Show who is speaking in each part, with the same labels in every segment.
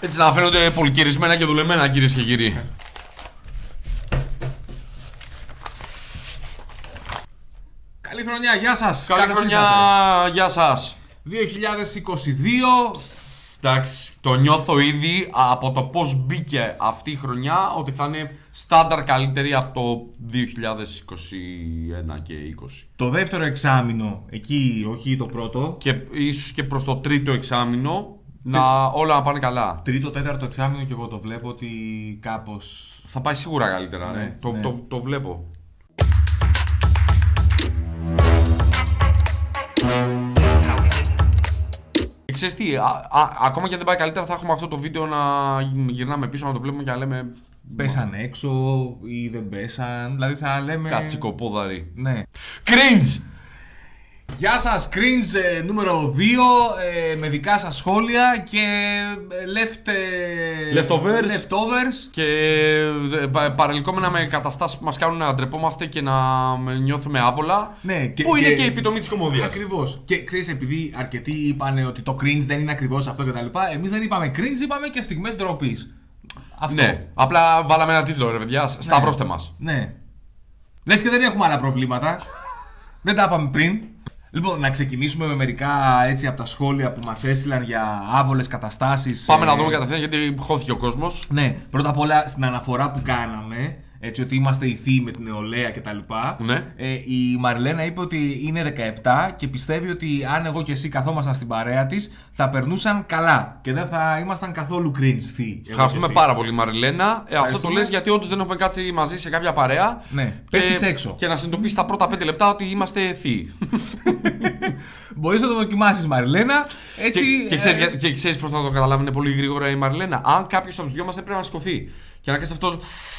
Speaker 1: Έτσι να φαίνονται πολυκυρισμένα και δουλεμένα κυρίες και κύριοι.
Speaker 2: Καλή χρονιά, γεια σας.
Speaker 1: Καλή χρονιά, γεια σας.
Speaker 2: 2022.
Speaker 1: Εντάξει, το νιώθω ήδη από το πώς μπήκε αυτή η χρονιά ότι θα είναι στάνταρ καλύτερη από το 2021 και 20.
Speaker 2: Το δεύτερο εξάμεινο, εκεί, όχι το πρώτο.
Speaker 1: Και ίσως και προς το τρίτο εξάμεινο να όλα να πάνε καλά.
Speaker 2: Τρίτο, τέταρτο εξάμεινο και εγώ το βλέπω ότι κάπως.
Speaker 1: Θα πάει σίγουρα καλύτερα. Ναι,
Speaker 2: Ναι,
Speaker 1: το,
Speaker 2: ναι.
Speaker 1: Το, το βλέπω. Και Ε, Ξέρεις τι, α, α- ακόμα και αν δεν πάει καλύτερα θα έχουμε αυτό το βίντεο να γυρνάμε πίσω να το βλέπουμε και να λέμε
Speaker 2: Πέσαν έξω ή δεν πέσαν. Δηλαδή θα λέμε.
Speaker 1: κατσικοπόδαρη.
Speaker 2: Ναι.
Speaker 1: Cringe!
Speaker 2: Γεια σας, cringe ε, νούμερο 2 ε, με δικά σας σχόλια και ε, left, ε,
Speaker 1: Leftovers.
Speaker 2: leftovers.
Speaker 1: Και ε, πα- παρελκόμενα με καταστάσεις που μας κάνουν να ντρεπόμαστε και να νιώθουμε άβολα.
Speaker 2: Ναι, και-
Speaker 1: που είναι
Speaker 2: και-
Speaker 1: και η επιτομή της κομμωδίας.
Speaker 2: Ακριβώς. Και ξέρεις, επειδή αρκετοί είπαν ότι το cringe δεν είναι ακριβώς αυτό κτλ. Εμείς δεν είπαμε cringe, είπαμε και στιγμές ντροπής. Αυτό.
Speaker 1: Ναι, απλά βάλαμε ένα τίτλο ρε παιδιά, σταυρώστε μας.
Speaker 2: Ναι. Λες και δεν έχουμε άλλα προβλήματα. δεν τα είπαμε πριν. Λοιπόν, να ξεκινήσουμε με μερικά έτσι από τα σχόλια που μας έστειλαν για άβολες καταστάσεις.
Speaker 1: Πάμε
Speaker 2: ε,
Speaker 1: να δούμε κατευθείαν γιατί χώθηκε ο κόσμος.
Speaker 2: Ναι, πρώτα απ' όλα στην αναφορά που κάναμε, έτσι ότι είμαστε ηθοί με την νεολαία κτλ.
Speaker 1: Ναι.
Speaker 2: Ε, η Μαριλένα είπε ότι είναι 17 και πιστεύει ότι αν εγώ και εσύ καθόμασταν στην παρέα της, θα περνούσαν καλά και δεν θα ήμασταν καθόλου cringe θοί. εγώ και
Speaker 1: Ευχαριστούμε
Speaker 2: εσύ.
Speaker 1: πάρα πολύ, Μαριλένα. Ε, αυτό το
Speaker 2: Ευχαριστούμε.
Speaker 1: λες γιατί όντως δεν έχουμε κάτσει μαζί σε κάποια παρέα.
Speaker 2: Ναι,
Speaker 1: Και-
Speaker 2: πέφτεις έξω.
Speaker 1: Και να συνειδητοποιήσεις τα πρώτα 5 λεπτά ότι είμαστε θείοι.
Speaker 2: Μπορείς να το δοκιμάσεις, Μαριλένα. Έτσι.
Speaker 1: και, και
Speaker 2: ε,
Speaker 1: ξέρει και, ξέρεις πώς θα το καταλάβουν πολύ γρήγορα η Μαριλένα. Αν κάποιος από τους δυο μας έπρεπε να σηκωθεί και να κάνει αυτό.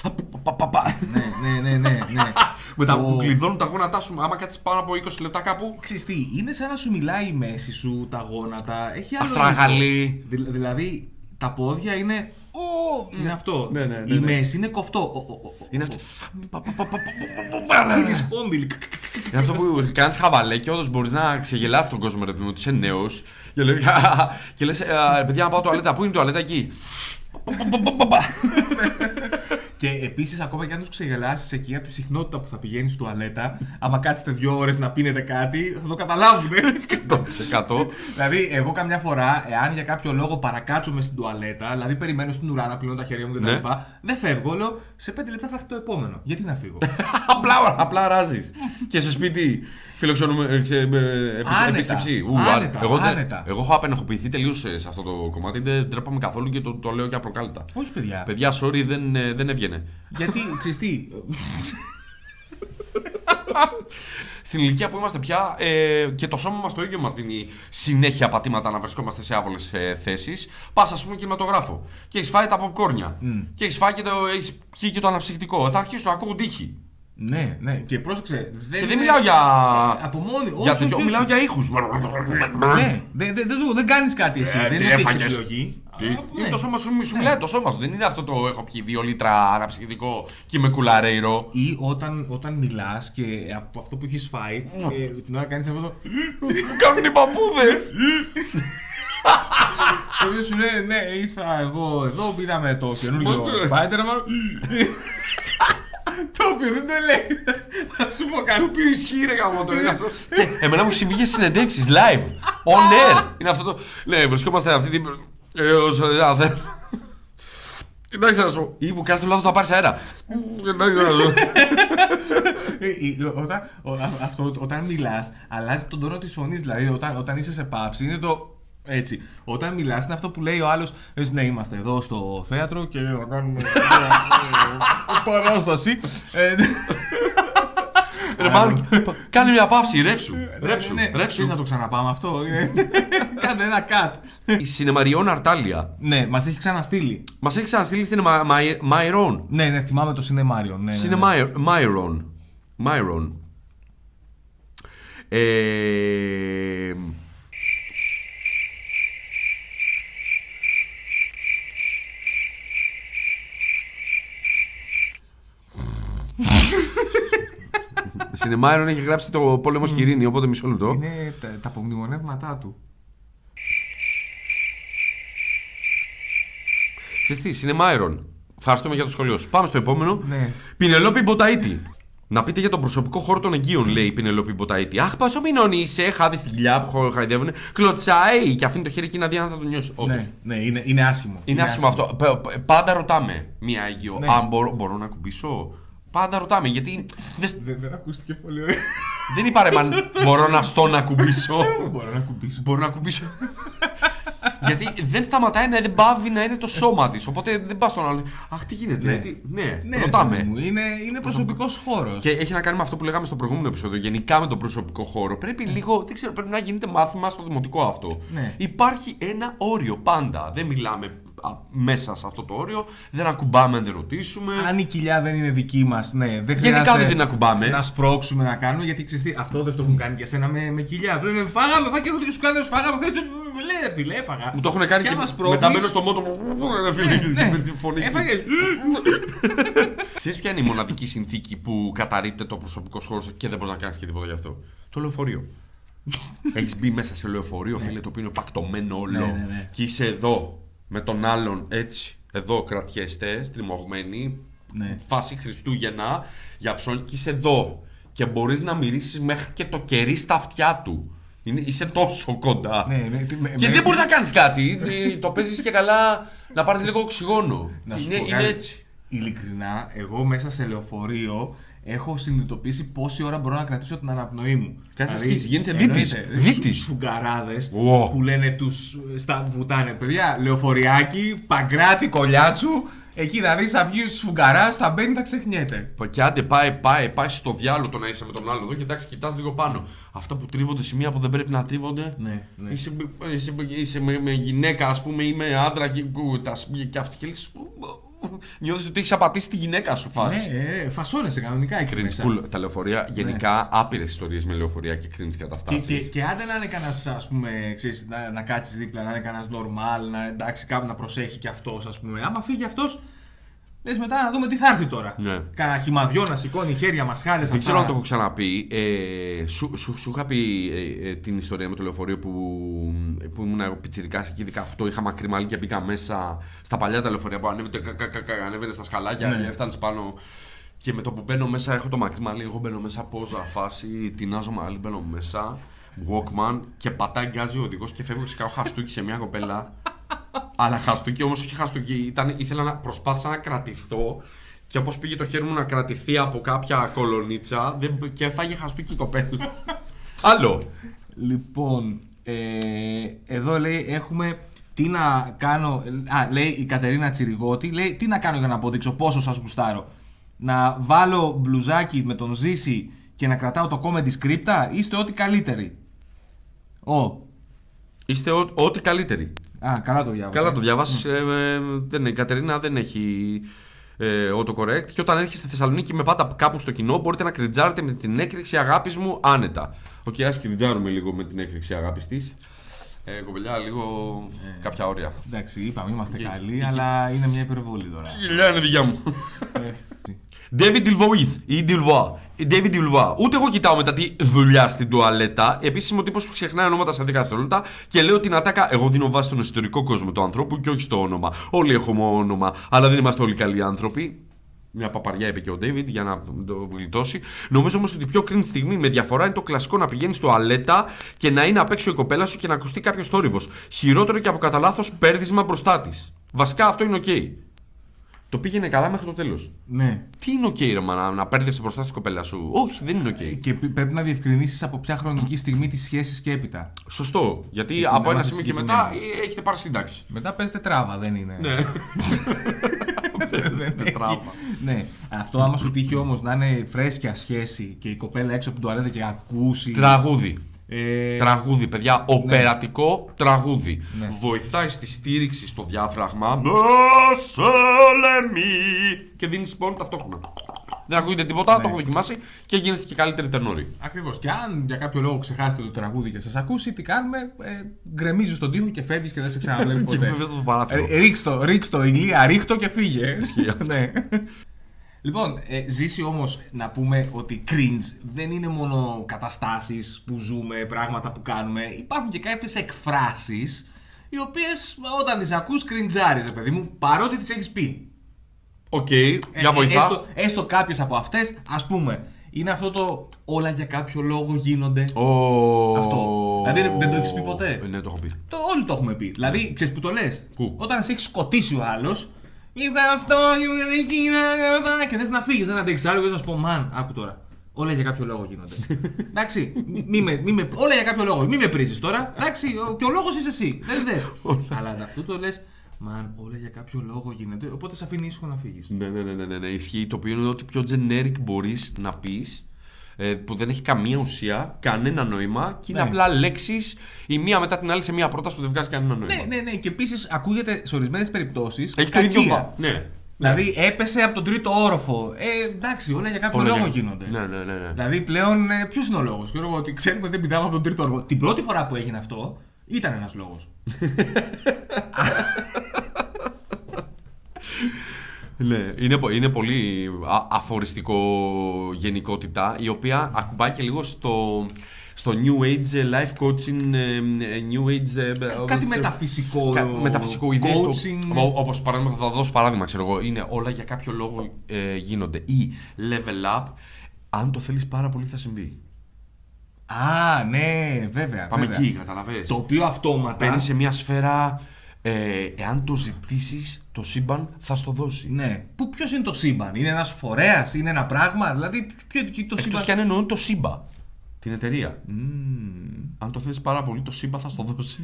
Speaker 1: το πα, πα, πα, πα.
Speaker 2: Ναι, ναι, ναι, ναι. ναι.
Speaker 1: Με τα
Speaker 2: Ο-
Speaker 1: που κλειδώνουν τα γόνατά σου, άμα κάτσεις πάνω από 20 λεπτά κάπου.
Speaker 2: Ξέρεις τι, είναι σαν να σου μιλάει η μέση σου, τα γόνατα, έχει άλλο
Speaker 1: Αστραγαλή.
Speaker 2: υλικό. Δηλα- δηλαδή, τα πόδια είναι... «Ω», είναι αυτό.
Speaker 1: Ναι, ναι, ναι,
Speaker 2: η
Speaker 1: ναι.
Speaker 2: μέση είναι κοφτό. Ο, ο, ο, ο.
Speaker 1: Είναι αυτό. πα, πα, πα, πα, πα, πα, πα, πα, πα.
Speaker 2: Έχεις πόμπιλ.
Speaker 1: Είναι αυτό που κάνεις χαβαλέ και όντως μπορείς να ξεγελάσεις τον κόσμο, ρε παιδί μου, ότι είσαι νέος. Και λέει, και λες, «Α, παιδιά, να πάω τουαλέτα. Πού είναι η τουαλέτα εκεί. Πα, πα, πα, πα, πα, πα.
Speaker 2: Και επίσης, ακόμα και αν τους ξεγελάσεις εκεί από τη συχνότητα που θα πηγαίνεις τουαλέτα, άμα κάτσετε δύο ώρες να πίνετε κάτι, θα το καταλάβουν.
Speaker 1: 100%.
Speaker 2: δηλαδή, εγώ καμιά φορά, εάν για κάποιο λόγο παρακάτσομαι στην τουαλέτα, δηλαδή περιμένω στην ουρά να πλύνω τα χέρια μου κτλ.
Speaker 1: Ναι.
Speaker 2: Δεν φεύγω, λέω σε πέντε λεπτά θα έρθει το επόμενο. Γιατί να φύγω.
Speaker 1: απλά απλά ράζεις. και σε σπίτι φιλοξενούμε. ε, ξε- ε, ε, επισ-
Speaker 2: Άνετα.
Speaker 1: Επίσκεψη. Ου,
Speaker 2: Άνετα,
Speaker 1: άνετα. Εγώ, δεν-
Speaker 2: άνετα.
Speaker 1: εγώ έχω απενεχοποιηθεί τελείω σε αυτό το κομμάτι. Δεν ντρέπαμε καθόλου και το, το λέω και απροκάλυπτα.
Speaker 2: Όχι, παιδιά.
Speaker 1: Παιδιά, sorry, δεν, ε, δεν έβγαινε.
Speaker 2: Γιατί, ξέρεις τι,
Speaker 1: Στην ηλικία που είμαστε πια ε, και το σώμα μας το ίδιο μας δίνει συνέχεια πατήματα να βρισκόμαστε σε άβολες ε, θέσεις. Πας, ας πούμε, κινηματογράφο. Και έχεις φάει τα ποπκόρνια.
Speaker 2: Mm.
Speaker 1: Και έχεις φάει και το, έχεις πιει και το αναψυκτικό. Θα αρχίσουν να ακούγονται ήχοι.
Speaker 2: Ναι, ναι. Και πρόσεξε. Δεν
Speaker 1: Και δεν
Speaker 2: είναι-
Speaker 1: μιλάω για.
Speaker 2: Ε, Από μόνοι.
Speaker 1: για
Speaker 2: όχι,
Speaker 1: τέτοιο,
Speaker 2: όχι,
Speaker 1: μιλάω
Speaker 2: όχι.
Speaker 1: για ήχους.
Speaker 2: Ναι, δεν, δεν, δεν, δεν κάνεις κάτι εσύ. δεν
Speaker 1: Ε, τι
Speaker 2: είναι ότι έχεις
Speaker 1: έφαγες.
Speaker 2: επιλογή.
Speaker 1: Τι,
Speaker 2: Α,
Speaker 1: είναι
Speaker 2: ναι.
Speaker 1: το σώμα σου, σου μιλάει το σώμα σου. Δεν είναι αυτό το έχω πιει δύο λίτρα αναψυκτικό και με κουλαρέιρο.
Speaker 2: Ή όταν, όταν μιλάς και από αυτό που έχεις φάει,
Speaker 1: Ναι.
Speaker 2: ε, την ώρα κάνεις αυτό. Το
Speaker 1: Μου κάνουν οι παππούδες!
Speaker 2: το οποίο σου λέει, ναι, ήρθα εγώ εδώ, είδαμε το καινούργιο
Speaker 1: Μα, ναι.
Speaker 2: Spider-Man. Το οποίο δεν το λέει. Θα σου πω κάτι.
Speaker 1: Το οποίο ισχύει ρε γαμώ το είναι αυτό. Και εμένα μου συμβεί για συνεντεύξεις live, on air. Είναι αυτό το... Ναι, βρισκόμαστε αυτή την... Ε, ως- ε, α, δεν- Κοιτάξτε να σου πω, ή που κάνεις το λάθος να πάρεις αέρα. Κοιτάξτε να σου πω.
Speaker 2: Ε, ε, όταν, ο- α- αυτό, όταν μιλάς, αλλάζει τον τόνο της φωνής. Δηλαδή, όταν, όταν είσαι σε πάυση, είναι το. Έτσι. Όταν μιλάς, είναι αυτό που λέει ο άλλος. Ναι, είμαστε εδώ στο θέατρο και κάνουμε. ε, παράσταση. Ε,
Speaker 1: Ρε μάλλον, κάνε μια παύση, ρεύσου, ρεύσου,
Speaker 2: ναι, ναι. Θες
Speaker 1: ρεύσου.
Speaker 2: να το ξαναπάμε αυτό. Ε, Κάντε ένα cut.
Speaker 1: Η Σινεμαριών Αρτάλια
Speaker 2: Ναι, μας έχει ξαναστείλει.
Speaker 1: μας έχει ξαναστείλει στην Μα- Μα- Μαϊρόν.
Speaker 2: Ναι, ναι, θυμάμαι το σινεμάριο. Ναι, ναι, ναι.
Speaker 1: Σινεμαϊρόν. Μαϊρόν. Ε, Σινεμάιρον έχει γράψει το πόλεμο Σκυρίνη, οπότε μισό λεπτό.
Speaker 2: Είναι τα, τα απομνημονεύματά του.
Speaker 1: Ξέρεις τι, Cinema Iron. Ευχαριστούμε για το σχολείο σου. Πάμε στο επόμενο.
Speaker 2: Ναι.
Speaker 1: Πινελόπη Μποταίτη. Να πείτε για τον προσωπικό χώρο των εγγύων, λέει η Πινελόπη Μποταίτη. Αχ, πόσο μηνών είσαι, χάδι στη κοιλιά που χω- χαϊδεύουνε. Κλωτσάει και αφήνει το χέρι εκεί να δει αν θα το νιώσει. Όντως.
Speaker 2: Ναι, ναι, είναι, είναι άσχημο.
Speaker 1: Είναι άσχημο αυτό. Π- π- Πάντα ρωτάμε μία έγκυο.
Speaker 2: Ναι.
Speaker 1: Αν μπορώ, μπορώ να κουμπίσω. Πάντα ρωτάμε γιατί δεν-
Speaker 2: Δεν, δεν ακούστηκε πολύ.
Speaker 1: δεν είπα ρε μαν, μπορώ να στο να κουμπίσω.
Speaker 2: Δεν μπορώ να κουμπίσω.
Speaker 1: μπορώ να κουμπίσω. γιατί δεν σταματάει να δεν πάβει να είναι το σώμα της. Οπότε δεν πας στον άλλο. Αχ, τι γίνεται.
Speaker 2: Ναι.
Speaker 1: τι- ναι,
Speaker 2: Ναι, ρε παιδί
Speaker 1: ρωτάμε.
Speaker 2: μου, Είναι, είναι προσωπικό χώρος.
Speaker 1: Και έχει να κάνει με αυτό που λέγαμε στο προηγούμενο επεισόδιο. Γενικά με τον προσωπικό χώρο. Πρέπει λίγο, δεν ξέρω, πρέπει να γίνεται μάθημα στο δημοτικό αυτό.
Speaker 2: Ναι.
Speaker 1: Υπάρχει ένα όριο πάντα. Δεν μιλάμε α, μέσα σε αυτό το όριο. Δεν ακουμπάμε αν δεν ρωτήσουμε.
Speaker 2: Αν η κοιλιά δεν είναι δική μας, ναι, δεν χρειάζεται.
Speaker 1: δεν την ακουμπάμε.
Speaker 2: Να σπρώξουμε να κάνουμε γιατί ξέρεις τι, αυτό δεν το έχουν κάνει και εσένα με, με κοιλιά. Πρέπει να φάγαμε, φάγαμε και εγώ τι σου κάνω, φάγαμε. Και... Λέει, φίλε, έφαγα.
Speaker 1: Μου το έχουν κάνει και,
Speaker 2: άμα σπρώχνεις-
Speaker 1: μετά μένω στο μότο μου. Ρε φίλε,
Speaker 2: Ναι,
Speaker 1: με τη φωνή.
Speaker 2: Έφαγε.
Speaker 1: Ξέρεις ποια είναι η μοναδική συνθήκη που καταρρύπτεται το προσωπικό χώρο και δεν μπορείς να κάνεις και τίποτα γι' αυτό. Το λεωφορείο. Έχεις μπει μέσα σε λεωφορείο, φίλε, το οποίο είναι πακτωμένο όλο.
Speaker 2: Ναι, ναι, ναι.
Speaker 1: Και είσαι εδώ με τον άλλον έτσι. Εδώ κρατιέστε, στριμωγμένοι.
Speaker 2: Ναι.
Speaker 1: Φάση Χριστούγεννα για ψώνια. Και είσαι εδώ. Και μπορείς να μυρίσεις μέχρι και το κερί στα αυτιά του. Είναι, είσαι τόσο κοντά.
Speaker 2: Ναι, ναι, τι- με-
Speaker 1: Και
Speaker 2: με-
Speaker 1: δεν μπορείς να κάνεις κάτι. Ε, το παίζεις και καλά να πάρεις λίγο οξυγόνο.
Speaker 2: Να
Speaker 1: Και
Speaker 2: σου
Speaker 1: είναι,
Speaker 2: πω
Speaker 1: είναι
Speaker 2: κάτι.
Speaker 1: έτσι.
Speaker 2: Ειλικρινά, εγώ μέσα σε λεωφορείο έχω συνειδητοποιήσει πόση ώρα μπορώ να κρατήσω την αναπνοή μου. Δηλαδή,
Speaker 1: Κάτσε σκίση, γίνεσαι δίτης, δίτης.
Speaker 2: Φουγκαράδε
Speaker 1: Wow.
Speaker 2: που λένε τους στα βουτάνε. Παιδιά, λεωφοριάκι, παγκράτη, κολλιάτσου. Εκεί να δεις, θα βγει σφουγγαράς, θα μπαίνει, θα ξεχνιέται.
Speaker 1: Πα- Και άντε πάει, πάει, πάει στο διάλογο το να είσαι με τον άλλο εδώ και εντάξει, κοιτάς λίγο πάνω. Αυτά που τρίβονται, σημεία που δεν πρέπει να τρίβονται.
Speaker 2: Ναι, ναι.
Speaker 1: Είσαι, είσαι, είσαι με, με γυναίκα, ας πούμε, ή με άντρα και, που τα σ- και αυτή. Και Νιώθεις ότι έχεις απατήσει τη γυναίκα σου φάση.
Speaker 2: Ναι, ε, φασώνεσαι κανονικά εκεί
Speaker 1: Cringe
Speaker 2: μέσα.
Speaker 1: full τα λεωφορεία. Γενικά
Speaker 2: Ναι.
Speaker 1: άπειρες ιστορίες με λεωφορεία και cringe
Speaker 2: Και,
Speaker 1: καταστάσεις.
Speaker 2: και, και άντε να είναι κανένας, ας πούμε, ξέρεις, να, να κάτσεις δίπλα, να είναι κανένας normal, να, εντάξει, κάπου να προσέχει κι αυτός, ας πούμε. Άμα φύγει αυτός, λες μετά να δούμε τι θα έρθει τώρα.
Speaker 1: Ναι.
Speaker 2: Κανένα χυμαδιό να σηκώνει χέρια, μασχάλες.
Speaker 1: Δεν ξέρω αν το έχω ξαναπεί. Ε, σου, σου, σου είχα πει ε, ε, την ιστορία με το λεωφορείο που, που ήμουν πιτσυρικά εκεί 18. Είχα μακρύ μαλλί και μπήκα μέσα στα παλιά τα λεωφορεία που ανέβαινε, κα, κα, κα, κα, ανέβαινε στα σκαλάκια
Speaker 2: Ναι.
Speaker 1: και έφτανε πάνω. Και με το που μπαίνω μέσα, έχω το μακρύ μαλλί. Εγώ μπαίνω μέσα, πόζα, φάση, τεινάζω μαλλί, μπαίνω μέσα. Walkman και πατάει γκάζι ο οδηγός και φεύγω και σκάω χαστούκι σε μια κοπέλα. Αλλά χαστούκι όμως, όχι χαστούκι. Ήταν, ήθελα να προσπάθησα να κρατηθώ και όπως πήγε το χέρι μου να κρατηθεί από κάποια κολονίτσα δεν, και έφαγε χαστούκι η κοπέλα. Άλλο.
Speaker 2: Λοιπόν, ε, εδώ λέει έχουμε τι να κάνω. Α, λέει η Κατερίνα Τσιριγότη, λέει τι να κάνω για να αποδείξω πόσο σας γουστάρω. Να βάλω μπλουζάκι με τον Ζήση και να κρατάω το comedy script, είστε ό,τι καλύτεροι. Ω,
Speaker 1: Είστε ό, ό,τι καλύτεροι.
Speaker 2: α, καλά το διάβασα.
Speaker 1: Καλά το διαβάσει. δεν, η Κατερίνα δεν έχει ε, autocorrect. Και όταν έρχεστε στη Θεσσαλονίκη με πάντα κάπου στο κοινό, μπορείτε να κριτζάρετε με την έκρηξη αγάπης μου άνετα. Οκ, ας κριτζάρουμε λίγο με την έκρηξη Ε. αγάπης της. Ε, κοπελιά, λίγο κάποια όρια.
Speaker 2: Εντάξει, είπαμε είμαστε
Speaker 1: Και-
Speaker 2: καλοί,
Speaker 1: και-
Speaker 2: αλλά είναι μια υπερβολή τώρα.
Speaker 1: Γυλιά είναι δικιά μου.
Speaker 2: Ε,
Speaker 1: David Dilvois ή Dilvois. David Dilvois. Ούτε εγώ κοιτάω μετά τη δουλειά στην τουαλέτα. Επίσημο τύπος που ξεχνάει ονόματα σε 10 δευτερόλεπτα και λέω την ατάκα. Εγώ δίνω βάση στον εσωτερικό κόσμο του ανθρώπου και όχι στο όνομα. Όλοι έχουμε όνομα, αλλά δεν είμαστε όλοι καλοί άνθρωποι. Μια παπαριά είπε και ο David για να το γλιτώσει. Νομίζω όμως ότι η πιο κρίνη στιγμή με διαφορά είναι το κλασικό να πηγαίνει στο αλέτα και να είναι απ' έξω η κοπέλα σου και να ακουστεί κάποιος θόρυβος. Χειρότερο και από κατά λάθος πέρδισμα μπροστά της. Βασικά αυτό είναι οκ. Το πήγαινε καλά μέχρι το τέλος.
Speaker 2: ναι.
Speaker 1: Τι είναι οκ, okay, ρε μάνα, να παίρνει μπροστά στην κοπέλα σου. Όχι, δεν είναι οκ.
Speaker 2: Και π- πρέπει να διευκρινίσεις από ποια χρονική στιγμή τη σχέση και έπειτα.
Speaker 1: Σωστό. Γιατί
Speaker 2: Έτσι, να
Speaker 1: από ένα
Speaker 2: είμαστε
Speaker 1: σημείο και μετά
Speaker 2: συγκεκριμένοι.
Speaker 1: ε, έχετε πάρει σύνταξη.
Speaker 2: Μετά παίζετε τράβα, δεν είναι. Ναι.
Speaker 1: Δεν τράβα.
Speaker 2: ναι. Αυτό άμα σου τύχει όμως να είναι φρέσκια σχέση και η κοπέλα έξω από την τουαλέτα και ακούσει.
Speaker 1: Τραγούδι.
Speaker 2: Ε,
Speaker 1: Τραγούδι, παιδιά. Οπερατικό τραγούδι.
Speaker 2: Ναι.
Speaker 1: Βοηθάει στη στήριξη στο διάφραγμα. Μεσολεμή. Και δίνεις πόνο ταυτόχρονα. Δεν ακούγεται τίποτα,
Speaker 2: Ναι.
Speaker 1: το έχω δοκιμάσει και γίνεστε και καλύτερη τενόρη.
Speaker 2: Ακριβώς. Και αν για κάποιο λόγο ξεχάσετε το τραγούδι και σας ακούσει, τι κάνουμε, ε, γκρεμίζεις τον τοίχο και φεύγεις και δεν σε ξαναβλέπει
Speaker 1: Και
Speaker 2: ποτέ.
Speaker 1: βέβαια στο παράθυρο.
Speaker 2: Ε, Ρίξτο, ρίξτο, ηλία, ρίχτο και φύγε. ναι. Λοιπόν, ε, ζήσει όμως να πούμε ότι cringe δεν είναι μόνο καταστάσεις που ζούμε, πράγματα που κάνουμε. Υπάρχουν και κάποιες εκφράσεις οι οποίες όταν τις ακούς κριντζάρει, ρε παιδί μου, παρότι τις έχεις πει.
Speaker 1: Οκ,
Speaker 2: Ε,
Speaker 1: για
Speaker 2: ε,
Speaker 1: βοηθά.
Speaker 2: Έστω, έστω κάποιες από αυτές, ας πούμε, είναι αυτό το όλα για κάποιο λόγο γίνονται.
Speaker 1: Ω.
Speaker 2: Αυτό. Δηλαδή, δεν το έχεις πει ποτέ.
Speaker 1: Ε, Ναι, το έχω πει.
Speaker 2: Το, όλοι το έχουμε πει. Δηλαδή, ξέρεις που το λες.
Speaker 1: Ναι. Πού?
Speaker 2: Όταν σε έχει σκοτήσει ο άλλος. Είδα αυτό, είδα εκείνα, και θες να φύγεις, δεν αντέξεις άλλο. Και θα σου πω, Μαν, άκου τώρα. Όλα για κάποιο λόγο γίνονται. Εντάξει, μη με, μη με, όλα για κάποιο λόγο. Μην με πρίζεις τώρα. Εντάξει, ο- και ο λόγος είσαι εσύ. Δεν δε. Αλλά αυτό το λες, Μαν, όλα για κάποιο λόγο γίνονται. Οπότε σε αφήνει ήσυχο να φύγεις.
Speaker 1: Ναι, ναι, ναι, ναι, ναι, ναι. Ισχύει το οποίο είναι ότι πιο generic μπορείς να πεις που δεν έχει καμία ουσία, κανένα νόημα και είναι
Speaker 2: Ναι.
Speaker 1: απλά λέξεις η μία μετά την άλλη σε μία πρόταση που δεν βγάζει κανένα νόημα.
Speaker 2: Ναι, ναι, ναι. Και επίσης ακούγεται σε ορισμένες περιπτώσεις.
Speaker 1: Έχει το ίδιο βα... Ναι.
Speaker 2: Δηλαδή έπεσε από τον τρίτο όροφο. Ε, εντάξει, όλα για κάποιο
Speaker 1: Όλα
Speaker 2: λόγο
Speaker 1: για-
Speaker 2: γίνονται.
Speaker 1: Ναι, ναι, ναι, ναι.
Speaker 2: Δηλαδή πλέον ποιος είναι ο λόγος. Ξέρω εγώ ότι ξέρουμε ότι δεν πηδάμε από τον τρίτο όροφο. Την πρώτη φορά που έγινε αυτό ήταν ένας λόγος.
Speaker 1: Ε, Ναι, είναι, πο- είναι πολύ α- αφοριστικό γενικότητα, η οποία ακουμπάει και λίγο στο, στο New Age ε, life coaching, ε, ε, New Age... ε, ε,
Speaker 2: Κάτι
Speaker 1: ε,
Speaker 2: μεταφυσικό.
Speaker 1: κα- μεταφυσικό ιδέες στο-
Speaker 2: coaching.
Speaker 1: Μα, όπως παράδειγμα θα δώσω παράδειγμα ξέρω εγώ είναι όλα για κάποιο λόγο ε, γίνονται ή level up αν το θέλεις πάρα πολύ θα συμβεί
Speaker 2: Α, ναι, βέβαια.
Speaker 1: πάμε
Speaker 2: βέβαια.
Speaker 1: εκεί καταλαβες
Speaker 2: Το οποίο αυτόματα.
Speaker 1: μπαίνεις σε μια σφαίρα ε, εάν το ζητήσεις το σύμπαν θα στο δώσει
Speaker 2: Ναι. Ποιος είναι το σύμπαν, Είναι ένας φορέας, είναι ένα πράγμα. Δηλαδή, ποιο είναι το
Speaker 1: Εκτός
Speaker 2: σύμπαν.
Speaker 1: κι αν εννοούν το σύμπα. Την εταιρεία. Αν το θες πάρα πολύ, το σύμπα θα στο δώσει.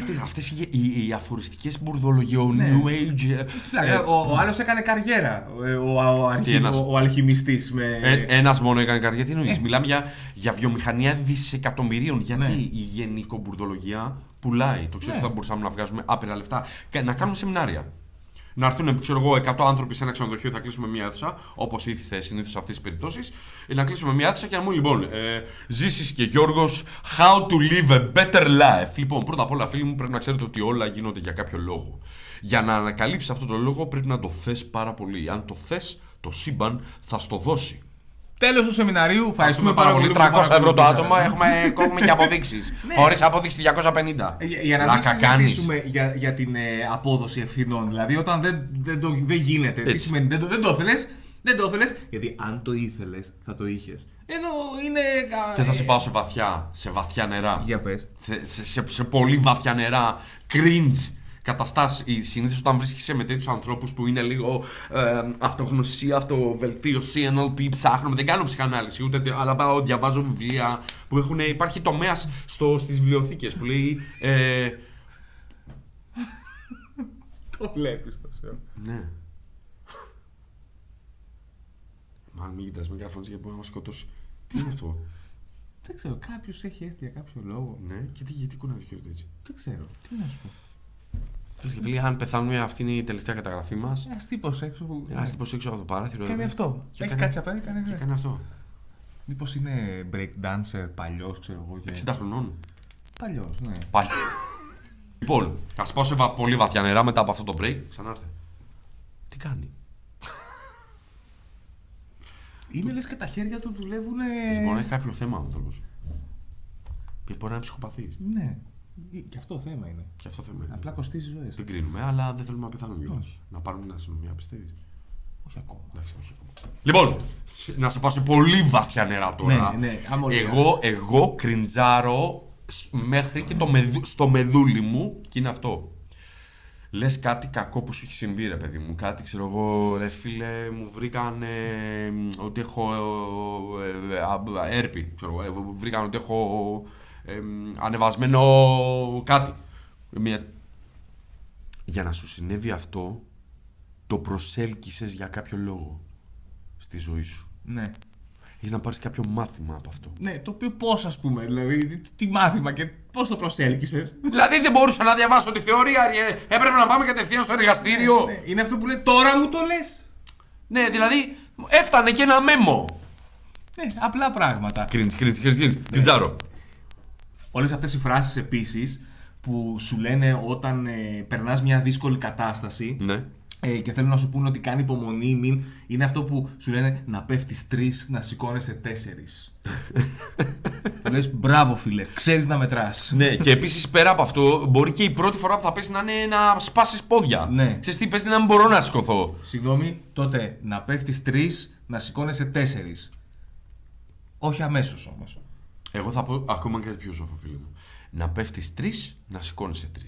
Speaker 1: Αυτές- Αυτές οι, οι, οι αφοριστικές μπουρδολογιών,
Speaker 2: Ναι.
Speaker 1: New Age. ε,
Speaker 2: Δηλαδή,
Speaker 1: ε,
Speaker 2: ο, ο άλλος έκανε καριέρα. ε, Ο, ο, ο, αρχι-
Speaker 1: ένας.
Speaker 2: ο- ο αλχημιστής με.
Speaker 1: Ε, Ένας μόνο έκανε καρδιά. Τι εννοείς, Μιλάμε για, για βιομηχανία δισεκατομμυρίων. Γιατί
Speaker 2: Ε. Ναι.
Speaker 1: η γενικομπουρδολογία πουλάει. Το ξέρει
Speaker 2: Ναι.
Speaker 1: ότι θα μπορούσαμε να βγάζουμε άπειρα λεφτά. Κα- Να κάνουμε σεμινάρια. Να έρθουν, ξέρω εγώ, 100 άνθρωποι σε ένα ξενοδοχείο, θα κλείσουμε μία αίθουσα, όπως ήθιστε συνήθως σε αυτές τις περιπτώσεις. Να κλείσουμε μία αίθουσα και να μου λοιπόν, ε, Ζήσης και Γιώργος, how to live a better life. Λοιπόν, πρώτα απ' όλα, φίλοι μου, πρέπει να ξέρετε ότι όλα γίνονται για κάποιο λόγο. Για να ανακαλύψεις αυτό το λόγο, πρέπει να το θες πάρα πολύ. Αν το θες, το σύμπαν θα στο δώσει.
Speaker 2: Τέλος του σεμιναρίου,
Speaker 1: Ευχαριστούμε
Speaker 2: ευχαριστούμε
Speaker 1: πάρα πολύ. 300 ευρώ το άτομο,
Speaker 2: έχουμε.
Speaker 1: έχουμε κόβουμε και αποδείξεις. Χωρί απόδειξη 250.
Speaker 2: Για, Ναι. Ε, για να μην
Speaker 1: Πλάκα κάνεις.
Speaker 2: συζητήσουμε για, για την ε, απόδοση ευθυνών. Δηλαδή, όταν δεν, δεν, το, δεν γίνεται, τι
Speaker 1: Έτσι.
Speaker 2: σημαίνει, δεν το, δεν το ήθελες, δεν το ήθελες, γιατί αν το ήθελες, θα το είχες. Ενώ είναι... κα-
Speaker 1: Θες να σε πάω σε βαθιά, σε βαθιά νερά.
Speaker 2: Για πες.
Speaker 1: Θε- Σε, σε, σε πολύ βαθιά νερά. Cringe. Καταστάσεις. Συνήθω όταν βρίσκεσαι με τέτοιους ανθρώπους που είναι λίγο ε, αυτογνωσία, αυτοβελτίωση, NLP, ψάχνουμε. Δεν κάνω ψυχανάλυση, ούτε, τε- αλλά πάω, διαβάζω βιβλία που έχουν. Υπάρχει τομέας στις βιβλιοθήκες που λέει. Ε,
Speaker 2: Το βλέπεις το Θεό.
Speaker 1: Ναι. Μάλλον μην κοιτάς μικρόφωνος γιατί μπορεί να μας σκοτώσει. Τι είναι αυτό.
Speaker 2: Δεν ξέρω, κάποιος έχει έρθει για κάποιο λόγο.
Speaker 1: Ναι, και τι, γιατί κουνάει το χέρι του έτσι.
Speaker 2: Δεν ξέρω, τι να σου πω.
Speaker 1: Φίλε και φίλοι, αν πεθάνουμε, αυτή είναι η τελευταία καταγραφή Ε, μα.
Speaker 2: Ένας τύπος έξω που... Ε,
Speaker 1: Ένα τύπος έξω από το παράθυρο.
Speaker 2: Κάνει
Speaker 1: εδώ.
Speaker 2: αυτό.
Speaker 1: ε, Και
Speaker 2: Έχει
Speaker 1: κάνει-
Speaker 2: κάτσει απέναντι, κάνει
Speaker 1: Και
Speaker 2: αυτό.
Speaker 1: κάνει αυτό.
Speaker 2: Μήπως είναι breakdancer παλιός, ξέρω εγώ. Και...
Speaker 1: 60 χρονών.
Speaker 2: Παλιός, ναι.
Speaker 1: Πάλι. λοιπόν, ας πάω σε βα- πολύ βαθιά νερά μετά από αυτό το break. Ξανάρθε. Τι κάνει.
Speaker 2: Είναι λες και τα χέρια του δουλεύουν...
Speaker 1: Ξέρεις, Μπορεί να έχει κάποιο θέμα ο άνθρωπος. Μπορεί να είναι ψυχοπαθής.
Speaker 2: Ναι. Και αυτό θέμα είναι.
Speaker 1: Και αυτό θέμα. είναι.
Speaker 2: Απλά κοστίζει ζωές.
Speaker 1: Την κρίνουμε, αλλά δεν θέλουμε να πεθάνουμε κιόλα.
Speaker 2: Όχι.
Speaker 1: Να πάρουμε την αστυνομία, πιστεύεις.
Speaker 2: Όχι ακόμα.
Speaker 1: Λοιπόν, σ- να σε πάω σε πολύ βαθιά νερά τώρα.
Speaker 2: Ναι, ναι, άμα όλοι
Speaker 1: εγώ, εγώ κριντζάρω σ- μέχρι και το μεδου- στο μεδούλι μου και είναι αυτό. Λες κάτι κακό που σου έχει συμβεί, ρε παιδί μου. Κάτι ξέρω εγώ, ρε φίλε, μου βρήκαν ε, μ, ότι έχω ε, ε, α- α- έρπη. Ξέρω, εγώ, ε, μου βρήκαν ότι έχω ε, μ, ανεβασμένο κάτι. Μια... Για να σου συνέβη αυτό, το προσέλκυσες για κάποιο λόγο στη ζωή σου.
Speaker 2: Ναι.
Speaker 1: Έχεις να πάρεις κάποιο μάθημα από αυτό.
Speaker 2: Ναι, το οποίο πώς, ας πούμε, δηλαδή, τι, τι μάθημα και πώς το προσέλκυσες.
Speaker 1: Δηλαδή δεν μπορούσα να διαβάσω τη θεωρία, ρε. έπρεπε να πάμε κατευθείαν στο εργαστήριο.
Speaker 2: Ναι, είναι αυτό που λέει τώρα μου το λες.
Speaker 1: Ναι, δηλαδή έφτανε και ένα μέμο.
Speaker 2: Ναι, απλά πράγματα.
Speaker 1: Κρίντς, κρίντς, κρίντς, κρίντς,
Speaker 2: Ναι.
Speaker 1: κριντζάρω.
Speaker 2: Όλες αυτές οι φράσεις επίσης που σου λένε όταν ε, περνάς μια δύσκολη κατάσταση.
Speaker 1: Ναι.
Speaker 2: ε, και θέλουν να σου πούνε ότι κάνει υπομονή, μην. Είναι αυτό που σου λένε να πέφτεις τρεις, να σηκώνεσαι τέσσερις. Λες μπράβο, φίλε, ξέρεις να μετράς.
Speaker 1: Ναι, και επίσης πέρα από αυτό, μπορεί και η πρώτη φορά που θα πέσει να είναι να σπάσεις πόδια.
Speaker 2: Ναι.
Speaker 1: Ξέρεις τι, πες να μην μπορώ να σηκωθώ.
Speaker 2: Συγγνώμη, τότε να πέφτεις τρεις, να σηκώνεσαι τέσσερις. Όχι αμέσως όμως.
Speaker 1: Εγώ θα πω ακόμα κάτι πιο σοφό, φίλε μου. Να πέφτεις τρεις, να σηκώνεσαι τρεις.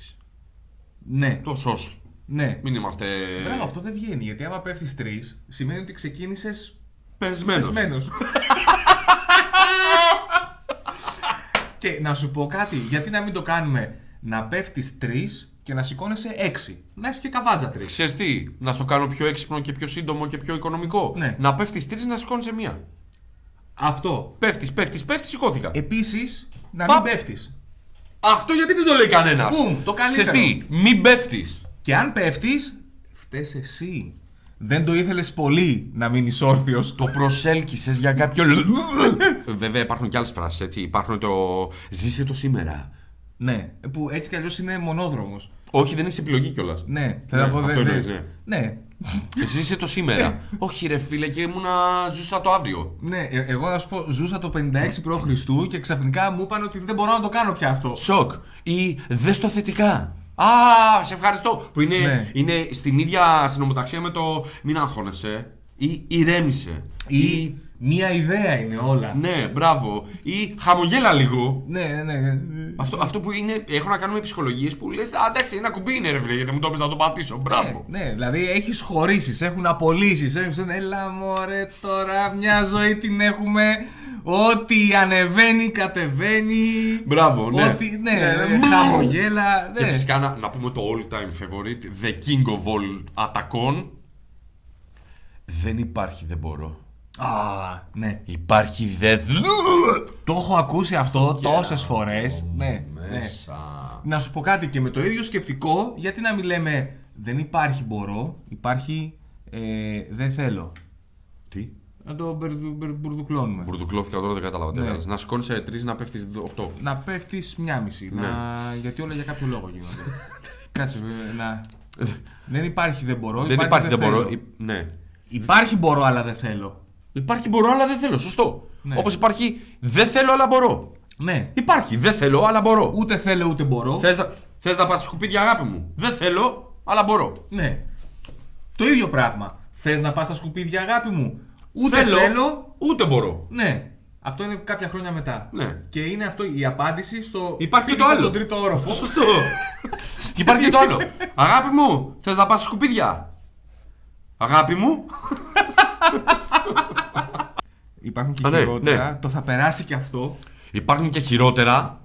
Speaker 2: Ναι,
Speaker 1: Το σώσου.
Speaker 2: ναι.
Speaker 1: Μην είμαστε.
Speaker 2: Μπράβο, αυτό δεν βγαίνει. Γιατί άμα πέφτεις τρεις, σημαίνει ότι ξεκίνησες
Speaker 1: Πεσμένος.
Speaker 2: πεσμένος. και να σου πω κάτι, γιατί να μην το κάνουμε να πέφτεις τρεις και να σηκώνεσαι έξι. Να έχει και καβάτζα τρεις.
Speaker 1: Ξέρεις τι, να στο κάνω πιο έξυπνο και πιο σύντομο και πιο οικονομικό.
Speaker 2: Ναι.
Speaker 1: Να πέφτεις τρεις, να σηκώνεσαι μία.
Speaker 2: Αυτό.
Speaker 1: Πέφτεις, πέφτεις, πέφτεις, σηκώθηκα.
Speaker 2: Επίσης, να
Speaker 1: Παπ.
Speaker 2: μην πέφτεις.
Speaker 1: Αυτό γιατί δεν το λέει κανένας.
Speaker 2: Μπουμ, το καλύτερο.
Speaker 1: τι, μην πέφτεις.
Speaker 2: Και αν πέφτεις, φταίει εσύ. Δεν το ήθελες πολύ να μείνει όρθιος.
Speaker 1: Το προσέλκυσες για κάποιο λόγο. Βέβαια υπάρχουν και άλλες φράσεις έτσι. Υπάρχουν το. Ζήσε το σήμερα.
Speaker 2: Ναι, που έτσι κι αλλιώς είναι μονόδρομος.
Speaker 1: Όχι, δεν έχεις επιλογή κιόλας.
Speaker 2: Ναι,
Speaker 1: Ναι,
Speaker 2: θέλω να πω.
Speaker 1: αυτό
Speaker 2: δεν-
Speaker 1: εννοείς,
Speaker 2: δεν-
Speaker 1: ναι.
Speaker 2: ναι,
Speaker 1: Ζήσε το σήμερα. Όχι, ρε φίλε, και ήμουνα. Ζούσα το αύριο.
Speaker 2: Ναι, ε- εγώ να σου πω, ζούσα το 56 π.Χ. και ξαφνικά μου είπαν ότι δεν μπορώ να το κάνω πια αυτό.
Speaker 1: Σοκ. Ή δες το θετικά. Α, σε ευχαριστώ. Που είναι,
Speaker 2: Ναι.
Speaker 1: είναι στην ίδια συνομοταξία με το μην άγχωνεσαι. Ή ηρέμησε.
Speaker 2: Ή μία ιδέα είναι όλα.
Speaker 1: Ναι, μπράβο. Ή χαμογέλα λίγο.
Speaker 2: Ναι, ναι, ναι.
Speaker 1: Αυτό, αυτό που είναι, έχω να κάνω με ψυχολογίες που λες: Εντάξει, ένα κουμπί είναι ρε φίλε, γιατί μου το έπαιζε να το πατήσω. Μπράβο.
Speaker 2: Ναι, ναι, δηλαδή έχεις χωρίσεις, έχουν απολύσεις. Έχουν... Έλα, μωρέ, τώρα μια ζωή την έχουμε. Ό,τι ανεβαίνει, κατεβαίνει.
Speaker 1: Μπράβο, ναι.
Speaker 2: Ό,τι, ναι,
Speaker 1: Ναι,
Speaker 2: ναι,
Speaker 1: μπράβο.
Speaker 2: χαμογέλα.
Speaker 1: Και
Speaker 2: ναι.
Speaker 1: φυσικά να, να πούμε το all time favorite, the king of all ατακών. Δεν υπάρχει, δεν μπορώ.
Speaker 2: Α, ναι.
Speaker 1: Υπάρχει, δεν.
Speaker 2: Το έχω ακούσει αυτό τόσε φορέ. Ναι, ναι.
Speaker 1: Μέσα.
Speaker 2: Να σου πω κάτι και με το ίδιο σκεπτικό, γιατί να μην λέμε δεν υπάρχει μπορώ, υπάρχει ε, δεν θέλω.
Speaker 1: Τι.
Speaker 2: Να το μπερδου- μπερ- μπουρδουκλώνουμε.
Speaker 1: Μπουρδουκλώθηκα τώρα, δεν κατάλαβα τι
Speaker 2: Ναι.
Speaker 1: έκανες. Να σηκώνει τρεις, να πέφτεις 8.
Speaker 2: Να πέφτεις μία μισή.
Speaker 1: Ναι.
Speaker 2: Να... Γιατί όλα για κάποιο λόγο γίνονται. Κάτσε, ε, να. δεν υπάρχει δεν μπορώ.
Speaker 1: Δεν υπάρχει, δεν μπορώ.
Speaker 2: θέλω.
Speaker 1: Υ- Ναι.
Speaker 2: Υπάρχει μπορώ, αλλά δεν θέλω.
Speaker 1: Υπάρχει, μπορώ, αλλά δεν θέλω. Σωστό.
Speaker 2: Ναι.
Speaker 1: Όπως υπάρχει, δεν θέλω, αλλά μπορώ.
Speaker 2: Ναι.
Speaker 1: Υπάρχει, δεν θέλω, αλλά μπορώ.
Speaker 2: Ούτε θέλω ούτε μπορώ.
Speaker 1: Θες, να- θες να πας σκουπίδια αγάπη μου. Δεν θέλω, αλλά μπορώ.
Speaker 2: Ναι. Το ίδιο πράγμα. Θες να πας στα σκουπίδια, αγάπη μου. Ούτε θέλω
Speaker 1: ούτε μπορώ.
Speaker 2: Ναι. Αυτό είναι κάποια χρόνια μετά.
Speaker 1: Ναι.
Speaker 2: Και είναι αυτό η απάντηση στο.
Speaker 1: Υπάρχει και το
Speaker 2: Χτύπησα
Speaker 1: άλλο.
Speaker 2: Τον τρίτο όροφο.
Speaker 1: Σωστό. Και Υπάρχει και το άλλο. Αγάπη μου, θες να πας στα σκουπίδια. Αγάπη μου.
Speaker 2: Υπάρχουν και
Speaker 1: Α, ναι,
Speaker 2: χειρότερα.
Speaker 1: ναι.
Speaker 2: Το θα περάσει και αυτό.
Speaker 1: Υπάρχουν και χειρότερα.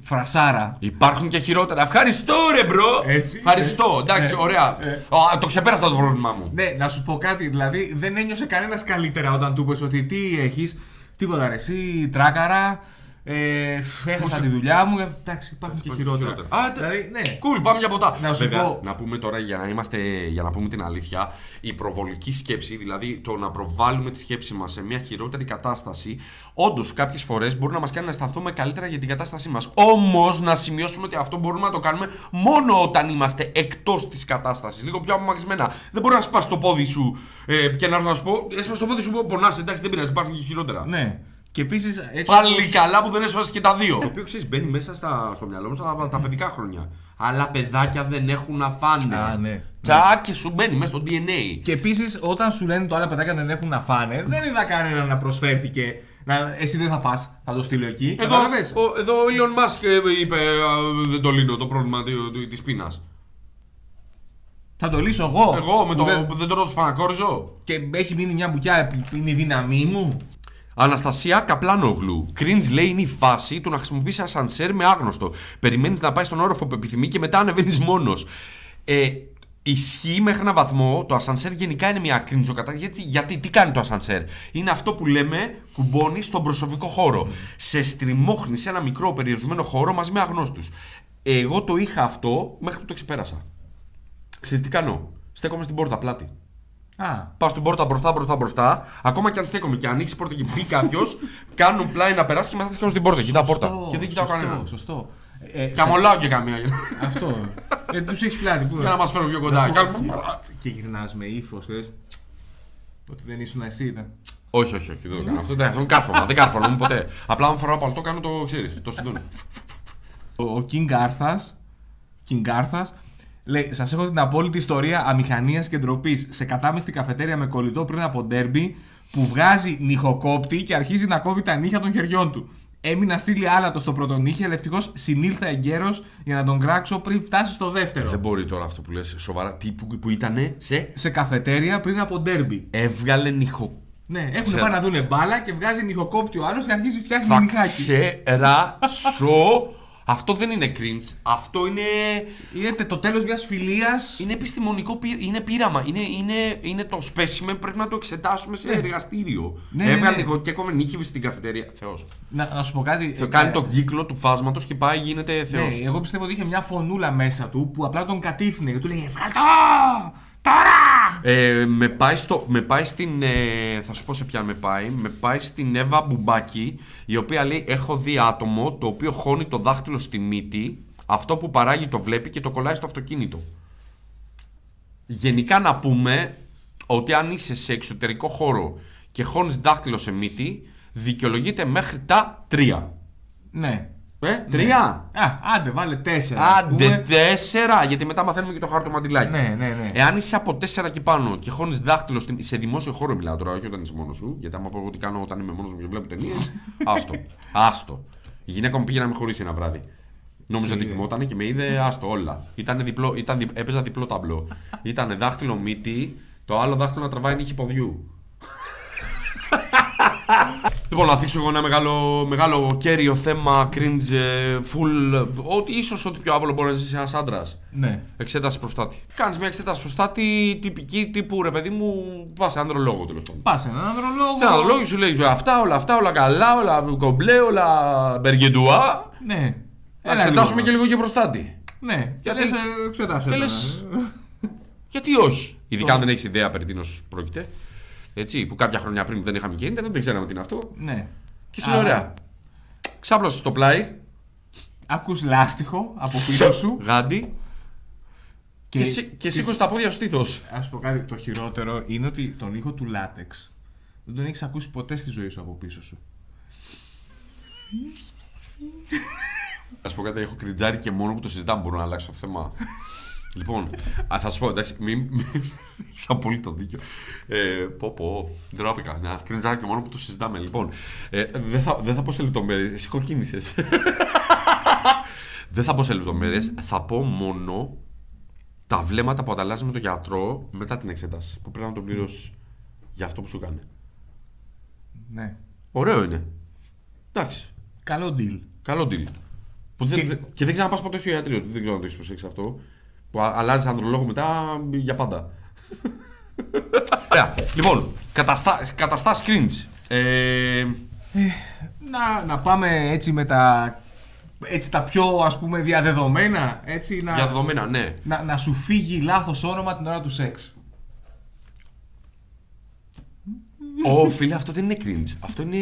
Speaker 2: Φρασάρα.
Speaker 1: Υπάρχουν και χειρότερα. Ευχαριστώ, ρε μπρο.
Speaker 2: Έτσι.
Speaker 1: Ευχαριστώ. Εντάξει,
Speaker 2: Ε,
Speaker 1: ωραία.
Speaker 2: ε.
Speaker 1: Α, το ξεπέρασα το πρόβλημά μου.
Speaker 2: Ναι, να σου πω κάτι. Δηλαδή δεν ένιωσε κανένας καλύτερα όταν του είπες ότι τι έχεις. Τίποτα ρε, εσύ τράκαρα. Ε, έχασα
Speaker 1: σου-
Speaker 2: τη δουλειά μου. Εντάξει, υπάρχουν και
Speaker 1: υπάρχουν
Speaker 2: χειρότερα.
Speaker 1: χειρότερα. Α, τε-
Speaker 2: δηλαδή, ναι.
Speaker 1: Κουλ, πάμε για ποτά.
Speaker 2: Να σου
Speaker 1: Βέβαια,
Speaker 2: πω-
Speaker 1: να πούμε τώρα για να, είμαστε, για να πούμε την αλήθεια, η προβολική σκέψη, δηλαδή το να προβάλλουμε τη σκέψη μας σε μια χειρότερη κατάσταση, όντως κάποιες φορές μπορεί να μας κάνει να αισθανθούμε καλύτερα για την κατάστασή μας. Όμως να σημειώσουμε ότι αυτό μπορούμε να το κάνουμε μόνο όταν είμαστε εκτός της κατάστασης, λίγο πιο απομακρυσμένα. Δεν μπορεί να σπάσει το πόδι σου ε, και να έρθω να σου πω, έσπασε το πόδι σου, πονάς, εντάξει, δεν πειράζει, υπάρχουν και χειρότερα.
Speaker 2: ναι. Και επίσης έτσι.
Speaker 1: Πάλι καλά που δεν έσπασες και τα δύο. Το οποίο ξέρεις, μπαίνει μέσα στα, στο μυαλό μου στα τα παιδικά χρόνια. Αλλά παιδάκια δεν έχουν να φάνε.
Speaker 2: Α, ναι.
Speaker 1: Τσακ και σου μπαίνει μέσα στο DNA.
Speaker 2: Και επίσης, όταν σου λένε το άλλα παιδάκια δεν έχουν να φάνε, δεν είδα κανέναν να προσφέρθηκε. Να, εσύ δεν θα φας, θα το στείλω εκεί.
Speaker 1: Εδώ,
Speaker 2: Κατάλαβες?
Speaker 1: ο, εδώ ο Elon Musk ε, είπε «Α, δεν το λύνω το πρόβλημα τη πείνας.
Speaker 2: Θα το λύσω εγώ.
Speaker 1: Εγώ με το,
Speaker 2: Που
Speaker 1: δεν
Speaker 2: δεν-
Speaker 1: το σπανακόριζο.
Speaker 2: Και έχει μείνει μια μπουκιά που είναι η δύναμή μου.
Speaker 1: Αναστασία Καπλάνογλου. Κρίντζ λέει είναι η φάση του να χρησιμοποιήσει ασανσέρ με άγνωστο. Περιμένεις να πάει στον όροφο που επιθυμεί και μετά ανεβαίνεις μόνος. Ε, ισχύει μέχρι ένα βαθμό. Το ασανσέρ γενικά είναι μια κρίντζο κατάσταση. Γιατί, γιατί τι κάνει το ασανσέρ. Είναι αυτό που λέμε κουμπώνει στον προσωπικό χώρο. Σε στριμώχνει σε ένα μικρό περιορισμένο χώρο μαζί με αγνώστους. Εγώ το είχα αυτό μέχρι που το ξεπέρασα. Ξέρεις τι κάνω. Στέκομαι στην πόρτα πλάτη.
Speaker 2: Α,
Speaker 1: Πάω στην πόρτα μπροστά, μπροστά, μπροστά. Ακόμα και αν στέκομαι και ανοίξει η πόρτα και μπει κάποιος, κάνω πλάι να περάσει και μετά στέκομαι στην πόρτα. Κοιτά πόρτα.
Speaker 2: σωστό,
Speaker 1: και δεν κοιτάω
Speaker 2: σωστό,
Speaker 1: κανέναν.
Speaker 2: Σωστό. Ε, σε-
Speaker 1: Καμολάω και καμία.
Speaker 2: Αυτό. Γιατί τους έχεις πλάτη. Πού
Speaker 1: Για να μας φέρουν πιο κοντά. Κάνουμε-
Speaker 2: Και γυρνάς με ύφος, Ότι δεν ήσουν εσύ ήταν.
Speaker 1: Όχι, όχι, όχι. Δεν το κάνω αυτό. εντάξει, Αυτό είναι κάρφωμα. Δεν κάρφωμα ποτέ. Απλά αν φοράω παλτό κάνω το ξέρεις. Το συντούνι.
Speaker 2: Ο, ο King Arthas, King Arthas λέει: Σας έχω την απόλυτη ιστορία αμηχανίας και ντροπής σε κατάμεστη καφετέρια με κολλητό πριν από ντέρμπι που βγάζει νυχοκόπτη και αρχίζει να κόβει τα νύχια των χεριών του. Έμεινα στείλει άλατο στο πρώτο νύχι, αλλά ευτυχώς συνήλθα εγκαίρω για να τον κράξω πριν φτάσει στο δεύτερο.
Speaker 1: Δεν μπορεί τώρα αυτό που λες σοβαρά. Τι που, που ήταν σε.
Speaker 2: Σε καφετέρια πριν από ντέρμπι.
Speaker 1: Έβγαλε νυχο.
Speaker 2: Ναι, έχουν
Speaker 1: Ξέρω.
Speaker 2: πάει να δουν μπάλα και βγάζει νυχοκόπτη ο άλλος και αρχίζει φτιάχνει
Speaker 1: Θα
Speaker 2: νυχάκι.
Speaker 1: ξεράσω. Αυτό δεν είναι cringe. Αυτό είναι.
Speaker 2: Είναι το τέλος μιας φιλίας.
Speaker 1: Είναι επιστημονικό πεί- είναι πείραμα. Είναι, είναι, είναι το specimen πρέπει να το εξετάσουμε σε εργαστήριο.
Speaker 2: Ναι, ναι, ναι. Ε,
Speaker 1: Έβγαλε νυχο- και έκοβε νύχη στην καφετέρια. Θεός.
Speaker 2: Να, να σου πω κάτι. ε,
Speaker 1: Κάνει
Speaker 2: ε,
Speaker 1: τον κύκλο του φάσματος και πάει, γίνεται θεό.
Speaker 2: Ναι, εγώ πιστεύω ότι είχε μια φωνούλα μέσα του που απλά τον κατήφθηνε και του λέει Βγάλ' το! Τώρα!
Speaker 1: Ε, με, πάει στο, με πάει στην. ε, θα σου πω σε ποια με πάει. Με πάει στην Εύα Μπουμπάκη, η οποία λέει: Έχω δει άτομο το οποίο χώνει το δάχτυλο στη μύτη, αυτό που παράγει το βλέπει και το κολλάει στο αυτοκίνητο. Γενικά να πούμε ότι αν είσαι σε εξωτερικό χώρο και χώνεις δάχτυλο σε μύτη, δικαιολογείται μέχρι τα τρία.
Speaker 2: Ναι.
Speaker 1: Ε, τρία!
Speaker 2: Α, άντε, βάλε τέσσερα. ας πούμε.
Speaker 1: Άντε τέσσερα, γιατί μετά μαθαίνουμε και το χαρτομαντιλάκι.
Speaker 2: Ναι, ναι, ναι.
Speaker 1: Εάν είσαι από τέσσερα και πάνω και χώνεις δάχτυλο στην- σε δημόσιο χώρο, μιλάω τώρα, όχι όταν είσαι μόνος σου. Γιατί άμα πω εγώ τι κάνω όταν είμαι μόνος μου και βλέπω ταινίες. άστο. Άστο. Η γυναίκα μου πήγε να με χωρίσει ένα βράδυ. Νόμιζα
Speaker 2: Σε
Speaker 1: ότι
Speaker 2: είδε.
Speaker 1: κοιμότανε και με είδε άστο όλα. Ήτανε διπλό, ήταν, δι- έπαιζα διπλό ταμπλό. Ήταν δάχτυλο μύτη, το άλλο δάχτυλο να τραβάει νύχη ποδιού. Λοιπόν, να δείξω εγώ ένα μεγάλο, μεγάλο κέριο θέμα, cringe, ε, full, ε, ό,τι ίσως ό,τι πιο άβολο μπορεί να ζήσει ένας άντρας.
Speaker 2: Ναι.
Speaker 1: Εξέταση προστάτη. Κάνεις μια εξέταση προστάτη τυπική τύπου ρε παιδί μου, πας σε ανδρολόγο τέλος πάντων.
Speaker 2: Πας σε έναν ανδρολόγο.
Speaker 1: Σε ανδρολόγο σου λέει αυτά, όλα αυτά, όλα καλά, όλα κομπλέ, όλα μπεργεντουά.
Speaker 2: Ναι.
Speaker 1: Να
Speaker 2: Έλα
Speaker 1: εξετάσουμε και λίγο και προστάτη.
Speaker 2: Ναι,
Speaker 1: Γιατί-
Speaker 2: γιατί εξετάσαι.
Speaker 1: και
Speaker 2: τώρα.
Speaker 1: λες- Γιατί όχι. Ειδικά αν
Speaker 2: Το-
Speaker 1: δεν έχεις ιδέα περί τίνος πρόκειται. Έτσι, που κάποια χρόνια πριν δεν είχαμε και ίντερνετ, δεν ξέραμε τι είναι αυτό.
Speaker 2: Ναι.
Speaker 1: Και σου λέει
Speaker 2: Α.
Speaker 1: ωραία. Ξάπλωσες στο πλάι,
Speaker 2: Ακούς λάστιχο από πίσω σου.
Speaker 1: γάντι και, σύ- και σήκωσε τα πόδια στο στήθο.
Speaker 2: Ας πω κάτι, το χειρότερο είναι ότι τον ήχο του λάτεξ δεν τον έχεις ακούσει ποτέ στη ζωή σου από πίσω σου.
Speaker 1: Ας πω κάτι, έχω κριτζάρει και μόνο που το συζητάμε μπορώ να αλλάξω το θέμα. λοιπόν, α, θα σου πω, εντάξει, μην. μην Έχεις απολύτω δίκιο. Ε, πω, πω, ντράπηκα. Να κριτζάρει και μόνο που το συζητάμε. Λοιπόν, ε, δεν θα, δεν θα πω σε λεπτομέρειες. Εσύ κοκκίνησες. δεν θα πω σε λεπτομέρειες. Θα πω μόνο τα βλέμματα που ανταλλάσσει με τον γιατρό μετά την εξέταση. Που πρέπει να τον πληρώσεις για αυτό που σου κάνει.
Speaker 2: Ναι.
Speaker 1: Ωραίο είναι. Εντάξει.
Speaker 2: Καλό deal.
Speaker 1: Καλό deal. Που δεν,
Speaker 2: Και-
Speaker 1: και... και δεν ξαναπάς ποτέ στο ιατρείο. Δεν ξέρω αν το έχεις προσέξει αυτό. Που αλλάζει ανδρολόγο μετά μ, για πάντα. Ωραία. λοιπόν, καταστά, καταστάς cringe. Ε,
Speaker 2: Να, να πάμε έτσι με τα, έτσι τα πιο ας πούμε διαδεδομένα, έτσι να,
Speaker 1: για δεδομένα, ναι.
Speaker 2: να, να σου φύγει λάθος όνομα την ώρα του σεξ.
Speaker 1: Ω φίλε, αυτό δεν είναι cringe. Αυτό είναι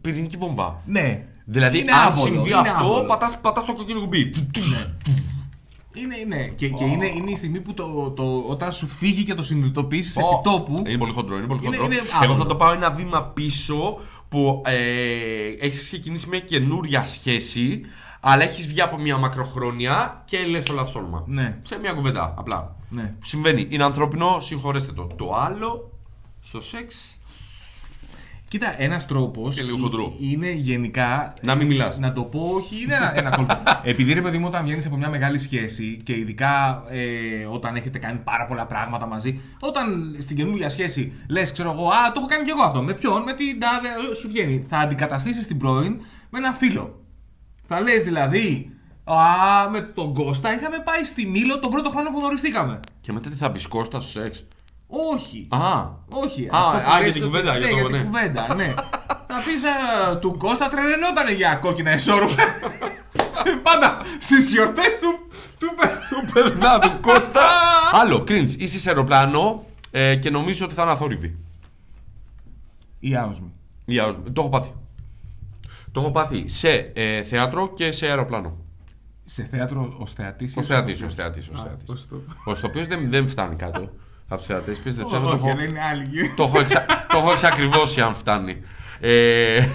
Speaker 1: πυρηνική βόμβα.
Speaker 2: Ναι.
Speaker 1: Δηλαδή,
Speaker 2: Είναι
Speaker 1: αν
Speaker 2: άβολο,
Speaker 1: συμβεί
Speaker 2: είναι
Speaker 1: αυτό,
Speaker 2: άβολο.
Speaker 1: πατάς, πατάς το κόκκινο κουμπί.
Speaker 2: Είναι, είναι. Και, και είναι, είναι η στιγμή που το, το, όταν σου φύγει και το συνειδητοποιήσεις
Speaker 1: Ω, Ε,
Speaker 2: επί τόπου,
Speaker 1: Είναι πολύ χοντρό, είναι πολύ
Speaker 2: Είναι-
Speaker 1: χοντρό.
Speaker 2: είναι
Speaker 1: Εγώ
Speaker 2: άβολο.
Speaker 1: θα το πάω ένα βήμα πίσω που ε, έχεις ξεκινήσει μια καινούρια σχέση, αλλά έχεις βγει από μια μακροχρόνια και λες το λάθος όνομα.
Speaker 2: Ναι.
Speaker 1: Σε μια κουβέντα, απλά.
Speaker 2: Ναι.
Speaker 1: Συμβαίνει. Είναι ανθρώπινο, συγχωρέστε το. Το άλλο, στο σεξ.
Speaker 2: κοίτα, ένας τρόπος
Speaker 1: Και λίγο χοντρό.
Speaker 2: είναι γενικά
Speaker 1: Να μην μιλάς.
Speaker 2: Να το πω, όχι, είναι ένα, ένα κόλπο. Επειδή ρε παιδί μου, όταν βγαίνεις από μια μεγάλη σχέση και ειδικά ε, όταν έχετε κάνει πάρα πολλά πράγματα μαζί, όταν στην καινούργια σχέση λες, ξέρω εγώ, Α, το έχω κάνει κι εγώ αυτό. Με ποιον, με την τάδε, ε, σου βγαίνει. Θα αντικαταστήσεις την πρώην με ένα φίλο. Θα λες δηλαδή, Α, με τον Κώστα είχαμε πάει στη Μήλο τον πρώτο χρόνο που γνωριστήκαμε.
Speaker 1: Και μετά τι θα πεις Κώστας στο σεξ.
Speaker 2: Όχι.
Speaker 1: Α,
Speaker 2: Όχι.
Speaker 1: Α,
Speaker 2: αυτό που
Speaker 1: α,
Speaker 2: λες
Speaker 1: για την
Speaker 2: ότι-
Speaker 1: κουβέντα,
Speaker 2: Ναι,
Speaker 1: για το-
Speaker 2: για την
Speaker 1: ναι.
Speaker 2: κουβέντα, ναι. Να πεις του Κώστα τρελαινότανε για κόκκινα εσόρουχα. Πάντα στις γιορτές του. του πε-
Speaker 1: του περνά του Κώστα. άλλο, cringe. Είσαι σε αεροπλάνο ε, και νομίζω ότι θα είναι αθόρυβη.
Speaker 2: Η άοσμη.
Speaker 1: Ή άλλο. Το έχω πάθει. Το έχω πάθει σε ε, θέατρο και σε αεροπλάνο.
Speaker 2: Σε θέατρο ως θεατής.
Speaker 1: Ω θεατή, ως θεατής. Ο οποίο δεν, δεν φτάνει κάτω από τους θεατές. Πίστεψα, Ε, το έχω,
Speaker 2: δεν είναι άλλη.
Speaker 1: το, έχω εξα, το έχω εξακριβώσει αν φτάνει. Ε,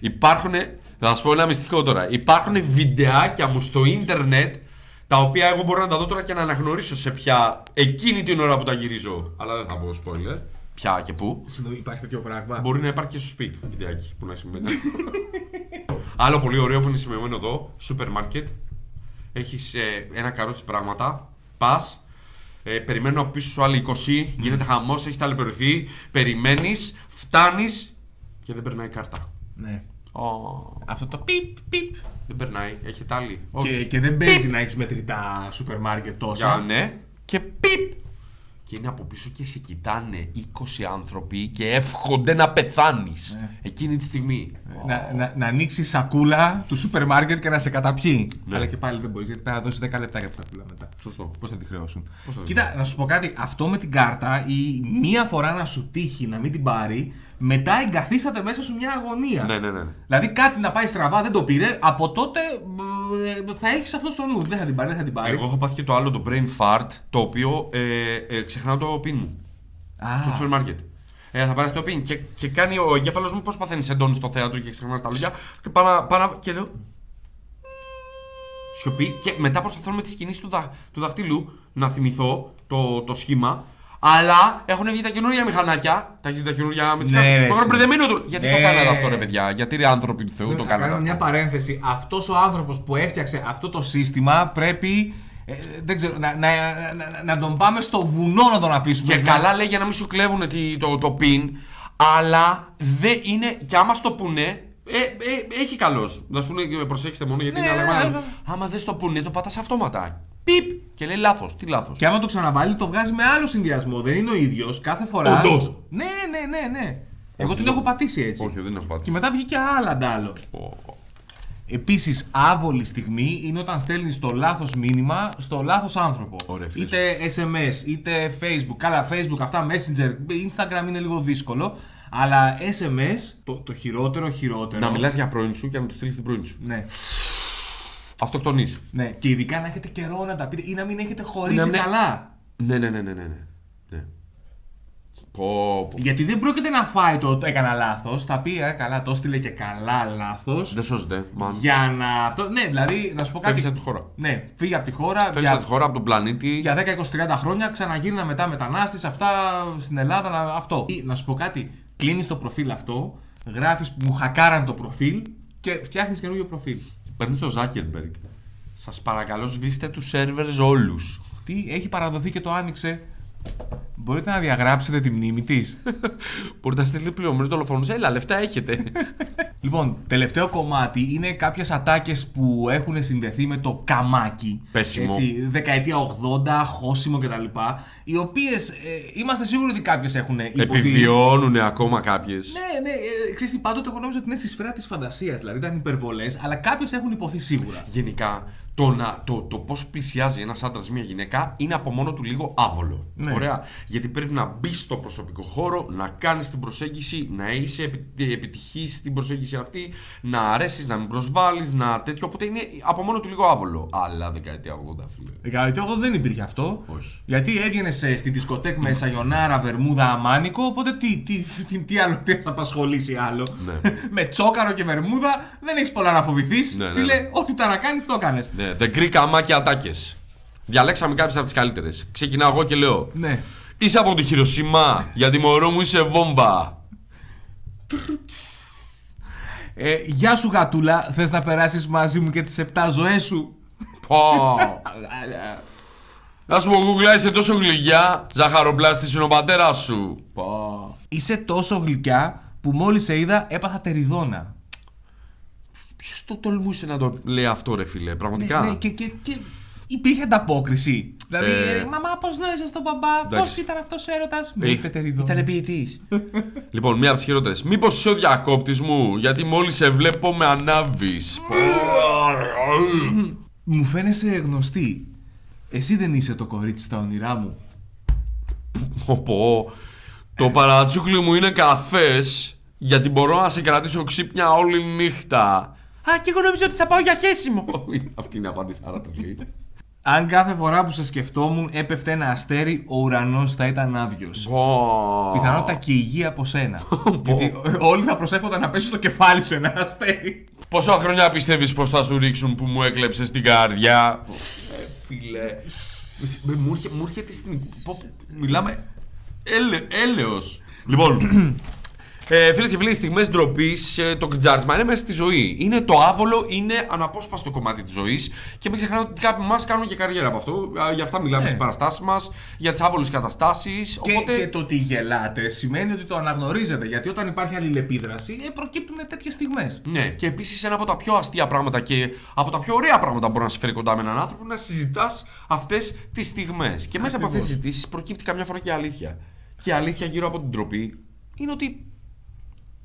Speaker 1: Υπάρχουν, θα σα πω ένα μυστικό τώρα. Υπάρχουν βιντεάκια μου στο ίντερνετ τα οποία εγώ μπορώ να τα δω τώρα και να αναγνωρίσω σε ποια εκείνη την ώρα που τα γυρίζω. Αλλά δεν θα πω spoiler. Ποια και πού.
Speaker 2: Συγγνώμη, υπάρχει τέτοιο πράγμα.
Speaker 1: Μπορεί να υπάρχει και στο speak βιντεάκι που να συμβαίνει. Άλλο πολύ ωραίο που είναι σημειωμένο εδώ, σούπερ μάρκετ. Έχει ένα καρότσι πράγματα. Πας. Ε, περιμένω από πίσω σου άλλοι 20. Γίνεται χαμός, έχεις ταλαιπωρηθεί. Περιμένεις, φτάνεις και δεν περνάει η κάρτα.
Speaker 2: Ναι.
Speaker 1: Ω,
Speaker 2: Αυτό το πιπ, πιπ.
Speaker 1: δεν περνάει, έχετε άλλη.
Speaker 2: Και,
Speaker 1: Όχι.
Speaker 2: και δεν παίζει να έχεις μετρητά σούπερ μάρκετ
Speaker 1: Για
Speaker 2: τόσα.
Speaker 1: ναι, και πιπ. Και είναι από πίσω και σε κοιτάνε 20 άνθρωποι και εύχονται να πεθάνεις
Speaker 2: Ναι.
Speaker 1: εκείνη τη στιγμή.
Speaker 2: Να, να, να ανοίξει σακούλα του σούπερ μάρκετ και να σε καταπιεί.
Speaker 1: Ναι.
Speaker 2: Αλλά και πάλι δεν μπορείς γιατί πρέπει να δώσεις 10 λεπτά για τη σακούλα μετά.
Speaker 1: Σωστό.
Speaker 2: Πώς θα τη χρεώσουν.
Speaker 1: Πώς θα τη
Speaker 2: Κοίτα, να σου πω κάτι. Αυτό με την κάρτα, η μία φορά να σου τύχει να μην την πάρει, μετά εγκαθίσταται μέσα σου μια αγωνία.
Speaker 1: Ναι, ναι, ναι. ναι.
Speaker 2: Δηλαδή κάτι να πάει στραβά, δεν το πήρε, από τότε μ, ε, θα έχεις αυτό στο νου. Δεν θα την πάρει, δεν θα την πάρει.
Speaker 1: Εγώ έχω πάθει και το άλλο, το brain fart, το οποίο ε, ε, ξεχνάω το pin μου.
Speaker 2: Α,
Speaker 1: στο σούπερ μάρκετ. Ε, θα πάρεις το πιν. Και, και κάνει ο εγκέφαλος μου πώς παθαίνει εντόνι στο θέατρο και ξεχνάς τα λόγια. Και πάω να- πάω να- και λέω. Σιωπή. Και μετά προσπαθώ με τι κινήσει του, δα, του δαχτυλού να θυμηθώ το, το σχήμα. Αλλά έχουν βγει τα καινούργια μηχανάκια. Τα έχεις τα καινούργια με τις
Speaker 2: Ναι, ρε,
Speaker 1: κάρτε.
Speaker 2: εσύ.
Speaker 1: Γιατί
Speaker 2: Ναι.
Speaker 1: το κάνατε αυτό, ρε παιδιά. Γιατί ρε άνθρωποι του Θεού το
Speaker 2: να
Speaker 1: κάνατε
Speaker 2: κάνω μια
Speaker 1: αυτό.
Speaker 2: παρένθεση. Αυτός ο άνθρωπος που έφτιαξε αυτό το σύστημα πρέπει. ε, δεν ξέρω, να, να, να, να τον πάμε στο βουνό να τον αφήσουμε.
Speaker 1: Και καλά λέει για να μην σου κλέβουν το, το πιν. Αλλά δεν είναι. Και άμα στο πουνε. Ε, ε, έχει καλώ. Να σου πούνε, προσέξτε μόνο γιατί
Speaker 2: Ναι,
Speaker 1: είναι αλλαγμένα.
Speaker 2: ναι, ναι.
Speaker 1: Άμα δεν στο πουνε, το πατάς αυτόματα. Πιπ! Και λέει λάθος. Τι λάθος.
Speaker 2: Και άμα το ξαναβάλει, το βγάζει με άλλο συνδυασμό. Δεν είναι ο ίδιος κάθε φορά.
Speaker 1: Όντως.
Speaker 2: Ναι, ναι, ναι, ναι. Εγώ
Speaker 1: Όχι,
Speaker 2: την
Speaker 1: δεν-
Speaker 2: έχω πατήσει έτσι.
Speaker 1: Όχι, δεν έχω
Speaker 2: Και
Speaker 1: πατήσει.
Speaker 2: μετά βγήκε άλλα αντάλλο.
Speaker 1: Πω, πω.
Speaker 2: Επίσης, άβολη στιγμή είναι όταν στέλνεις το λάθος μήνυμα στο λάθος άνθρωπο.
Speaker 1: Ωραία, φίλες
Speaker 2: είτε SMS, είτε Facebook. Καλά, Facebook, αυτά, Messenger, Instagram είναι λίγο δύσκολο. Αλλά SMS, το, το χειρότερο, χειρότερο.
Speaker 1: Να μιλάς για πρώην σου και να του στείλει την πρώην σου.
Speaker 2: Ναι,
Speaker 1: Αυτοκτονεί.
Speaker 2: ναι. Και ειδικά να έχετε καιρό να τα πείτε ή να μην έχετε χωρίσει
Speaker 1: Να μην-
Speaker 2: καλά.
Speaker 1: Ναι, ναι, ναι, ναι, ναι. ναι. ναι. Πω, πω.
Speaker 2: Γιατί δεν πρόκειται να φάει το έκανα λάθος. Θα πει, «Ε, καλά, το έστειλε και καλά λάθος.
Speaker 1: Δεν σώζεται, μαν.
Speaker 2: Για να. Αυτό... Ναι, δηλαδή, να σου πω κάτι.
Speaker 1: Φεύγει από τη χώρα.
Speaker 2: Ναι, φύγει από τη χώρα.
Speaker 1: Φεύγεις
Speaker 2: για-
Speaker 1: από τη χώρα, από τον πλανήτη.
Speaker 2: για 10-20-30 χρόνια ξαναγύρνα μετά μετανάστης, αυτά στην Ελλάδα, να- αυτό. Ή, να σου πω κάτι, κλείνεις το προφίλ αυτό, γράφεις που μου χακάραν το προφίλ και φτιάχνεις καινούργιο προφίλ.
Speaker 1: Παίρνει το Ζάκερμπεργκ. Σας παρακαλώ, σβήστε τους σερβερ όλους.
Speaker 2: Τι, έχει παραδοθεί και το άνοιξε. Μπορείτε να διαγράψετε τη μνήμη της.
Speaker 1: Μπορείτε να στείλετε πληρωμή δολοφόνου. Έλα, λεφτά έχετε.
Speaker 2: λοιπόν, τελευταίο κομμάτι είναι κάποιες ατάκες που έχουν συνδεθεί με το καμάκι.
Speaker 1: Πέσιμο.
Speaker 2: Έτσι, δεκαετία 80, χώσιμο κτλ. Οι οποίες ε, είμαστε σίγουροι ότι κάποιες έχουν υποθεί
Speaker 1: Επιβιώνουν ακόμα κάποιες.
Speaker 2: Ναι, ναι, ε, ξέρεις τι, πάντοτε εγώ νόμιζα ότι είναι στη σφαίρα της φαντασίας. Δηλαδή ήταν υπερβολές, αλλά κάποιες έχουν υποθεί σίγουρα.
Speaker 1: Γενικά, το, να, το, το πώς πλησιάζει ένας άντρας μια γυναίκα είναι από μόνο του λίγο άβολο.
Speaker 2: Ναι.
Speaker 1: Ωραία. Γιατί πρέπει να μπει στο προσωπικό χώρο, να κάνεις την προσέγγιση, να είσαι επι, επιτυχής στην προσέγγιση αυτή, να αρέσεις, να μην προσβάλλεις, να τέτοιο. Οπότε είναι από μόνο του λίγο άβολο. Αλλά δεκαετία 80, φίλε.
Speaker 2: Δεκαετία 80 δεν υπήρχε αυτό.
Speaker 1: Όχι.
Speaker 2: Γιατί έβγαινε στη δισκοτέκ με σαγιονάρα, βερμούδα, αμάνικο. Οπότε τι, τι, τι, τι άλλο τι θα σε απασχολήσει άλλο.
Speaker 1: Ναι.
Speaker 2: με τσόκαρο και βερμούδα δεν έχεις πολλά να φοβηθείς.
Speaker 1: Ναι, ναι,
Speaker 2: Φίλε,
Speaker 1: ναι.
Speaker 2: ό,τι τα να κάνεις, το έκανες.
Speaker 1: Ναι, The Greek αμάκια ατάκε. Διαλέξαμε κάποιες από τις καλύτερες. Ξεκινάω εγώ και λέω.
Speaker 2: Ναι.
Speaker 1: Είσαι από τη Χειροσύμα, γιατί μωρό μου είσαι βόμβα.
Speaker 2: Ε, γεια σου, γατούλα. Θες να περάσεις μαζί μου και τις 7 ζωές σου.
Speaker 1: Πω. Να σου πω, Google, είσαι τόσο γλυκιά, ζαχαροπλάστης είναι ο πατέρας σου. Πω.
Speaker 2: Είσαι τόσο γλυκιά που μόλις σε είδα έπαθα τεριδόνα.
Speaker 1: Ποιος το τολμούσε να το λέει αυτό, ρε φίλε, πραγματικά.
Speaker 2: Ναι, ναι, και, και, και υπήρχε ανταπόκριση. Δηλαδή,
Speaker 1: Ε,
Speaker 2: ε, μαμά, πώς γνώριζε τον μπαμπά, πώ
Speaker 1: εντάξει.
Speaker 2: ήταν αυτός ο έρωτας.
Speaker 1: Ε,
Speaker 2: Μου είπε τεριδόνα.
Speaker 1: ποιητή. λοιπόν, μία από τις χειρότερες. Μήπως είσαι ο διακόπτης μου, γιατί μόλις σε βλέπω με ανάβεις.
Speaker 2: Μου φαίνεσαι γνωστή. Εσύ δεν είσαι το κορίτσι στα όνειρά μου.
Speaker 1: Πω, πω. Το παρατσούκλι μου είναι καφές γιατί μπορώ να σε κρατήσω ξύπνια όλη νύχτα. Α, και εγώ νόμιζα ότι θα πάω για χέσιμο. Αυτή είναι η απάντηση, άρα το λέει.
Speaker 2: Αν κάθε φορά που σε σκεφτόμουν έπεφτε ένα αστέρι, ο ουρανός θα ήταν άδειος.
Speaker 1: Πω.
Speaker 2: Πιθανότητα και η γη από σένα. Γιατί όλοι θα προσέχονταν να πέσει στο κεφάλι σου ένα αστέρι.
Speaker 1: Πόσα χρόνια πιστεύεις πως θα σου ρίξουν που μου έκλεψες την καρδιά. Ε, Φίλε. Μου έρχε- μου έρχεται στην... πω, πω, Μιλάμε... Έλε, έλεος. Λοιπόν, ε, φίλες και φίλοι, στιγμές ντροπής, ε, το κτζάρισμα είναι μέσα στη ζωή. Είναι το άβολο, είναι αναπόσπαστο κομμάτι της ζωής και μην ξεχνάμε ότι κάποιοι μας κάνουν και καριέρα από αυτό. Α, Για αυτά μιλάμε
Speaker 2: Ναι.
Speaker 1: στις παραστάσεις μας, για τις άβολες καταστάσεις.
Speaker 2: Και,
Speaker 1: Οπότε.
Speaker 2: και το ότι γελάτε σημαίνει ότι το αναγνωρίζετε. Γιατί όταν υπάρχει αλληλεπίδραση, ε, προκύπτουν τέτοιες στιγμές.
Speaker 1: Ναι, και επίσης ένα από τα πιο αστεία πράγματα και από τα πιο ωραία πράγματα που μπορεί να σε φέρει κοντά με έναν άνθρωπο είναι να συζητάς αυτές τις στιγμές. Και μέσα από αυτές τις
Speaker 2: Ακριβώς.
Speaker 1: συζητήσεις προκύπτει καμιά φορά και η αλήθεια. Και η αλήθεια γύρω από την τροπή είναι ότι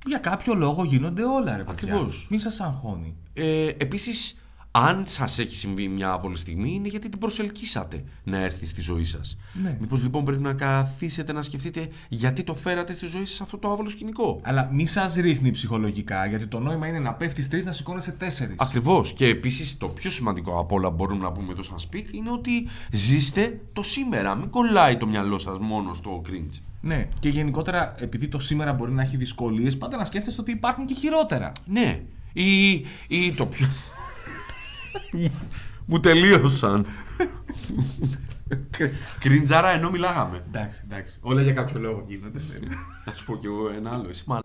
Speaker 2: Για κάποιο λόγο γίνονται όλα, ρε παιδιά.
Speaker 1: Ακριβώς.
Speaker 2: Μην σας αγχώνει.
Speaker 1: ε, επίσης, αν σας έχει συμβεί μια άβολη στιγμή, είναι γιατί την προσελκύσατε να έρθει στη ζωή σας.
Speaker 2: Ναι.
Speaker 1: Μήπως λοιπόν πρέπει να καθίσετε να σκεφτείτε γιατί το φέρατε στη ζωή σας αυτό το άβολο σκηνικό.
Speaker 2: Αλλά μη σας ρίχνει ψυχολογικά, γιατί το νόημα είναι να πέφτεις τρεις, να σηκώνεσαι τέσσερις.
Speaker 1: Ακριβώς. Και επίσης το πιο σημαντικό από όλα που μπορούμε να πούμε εδώ σαν speak είναι ότι ζήστε το σήμερα. Μην κολλάει το μυαλό σας μόνο στο cringe.
Speaker 2: Ναι. Και γενικότερα, επειδή το σήμερα μπορεί να έχει δυσκολίες, πάντα να σκέφτεστε ότι υπάρχουν και χειρότερα.
Speaker 1: Ναι. Ή, ή το πιο. Μου τελείωσαν. Κριντζάρα ενώ μιλάγαμε.
Speaker 2: Εντάξει, εντάξει. Όλα για κάποιο λόγο γίνονται.
Speaker 1: Να σου πω κι εγώ ένα άλλο. Εσύ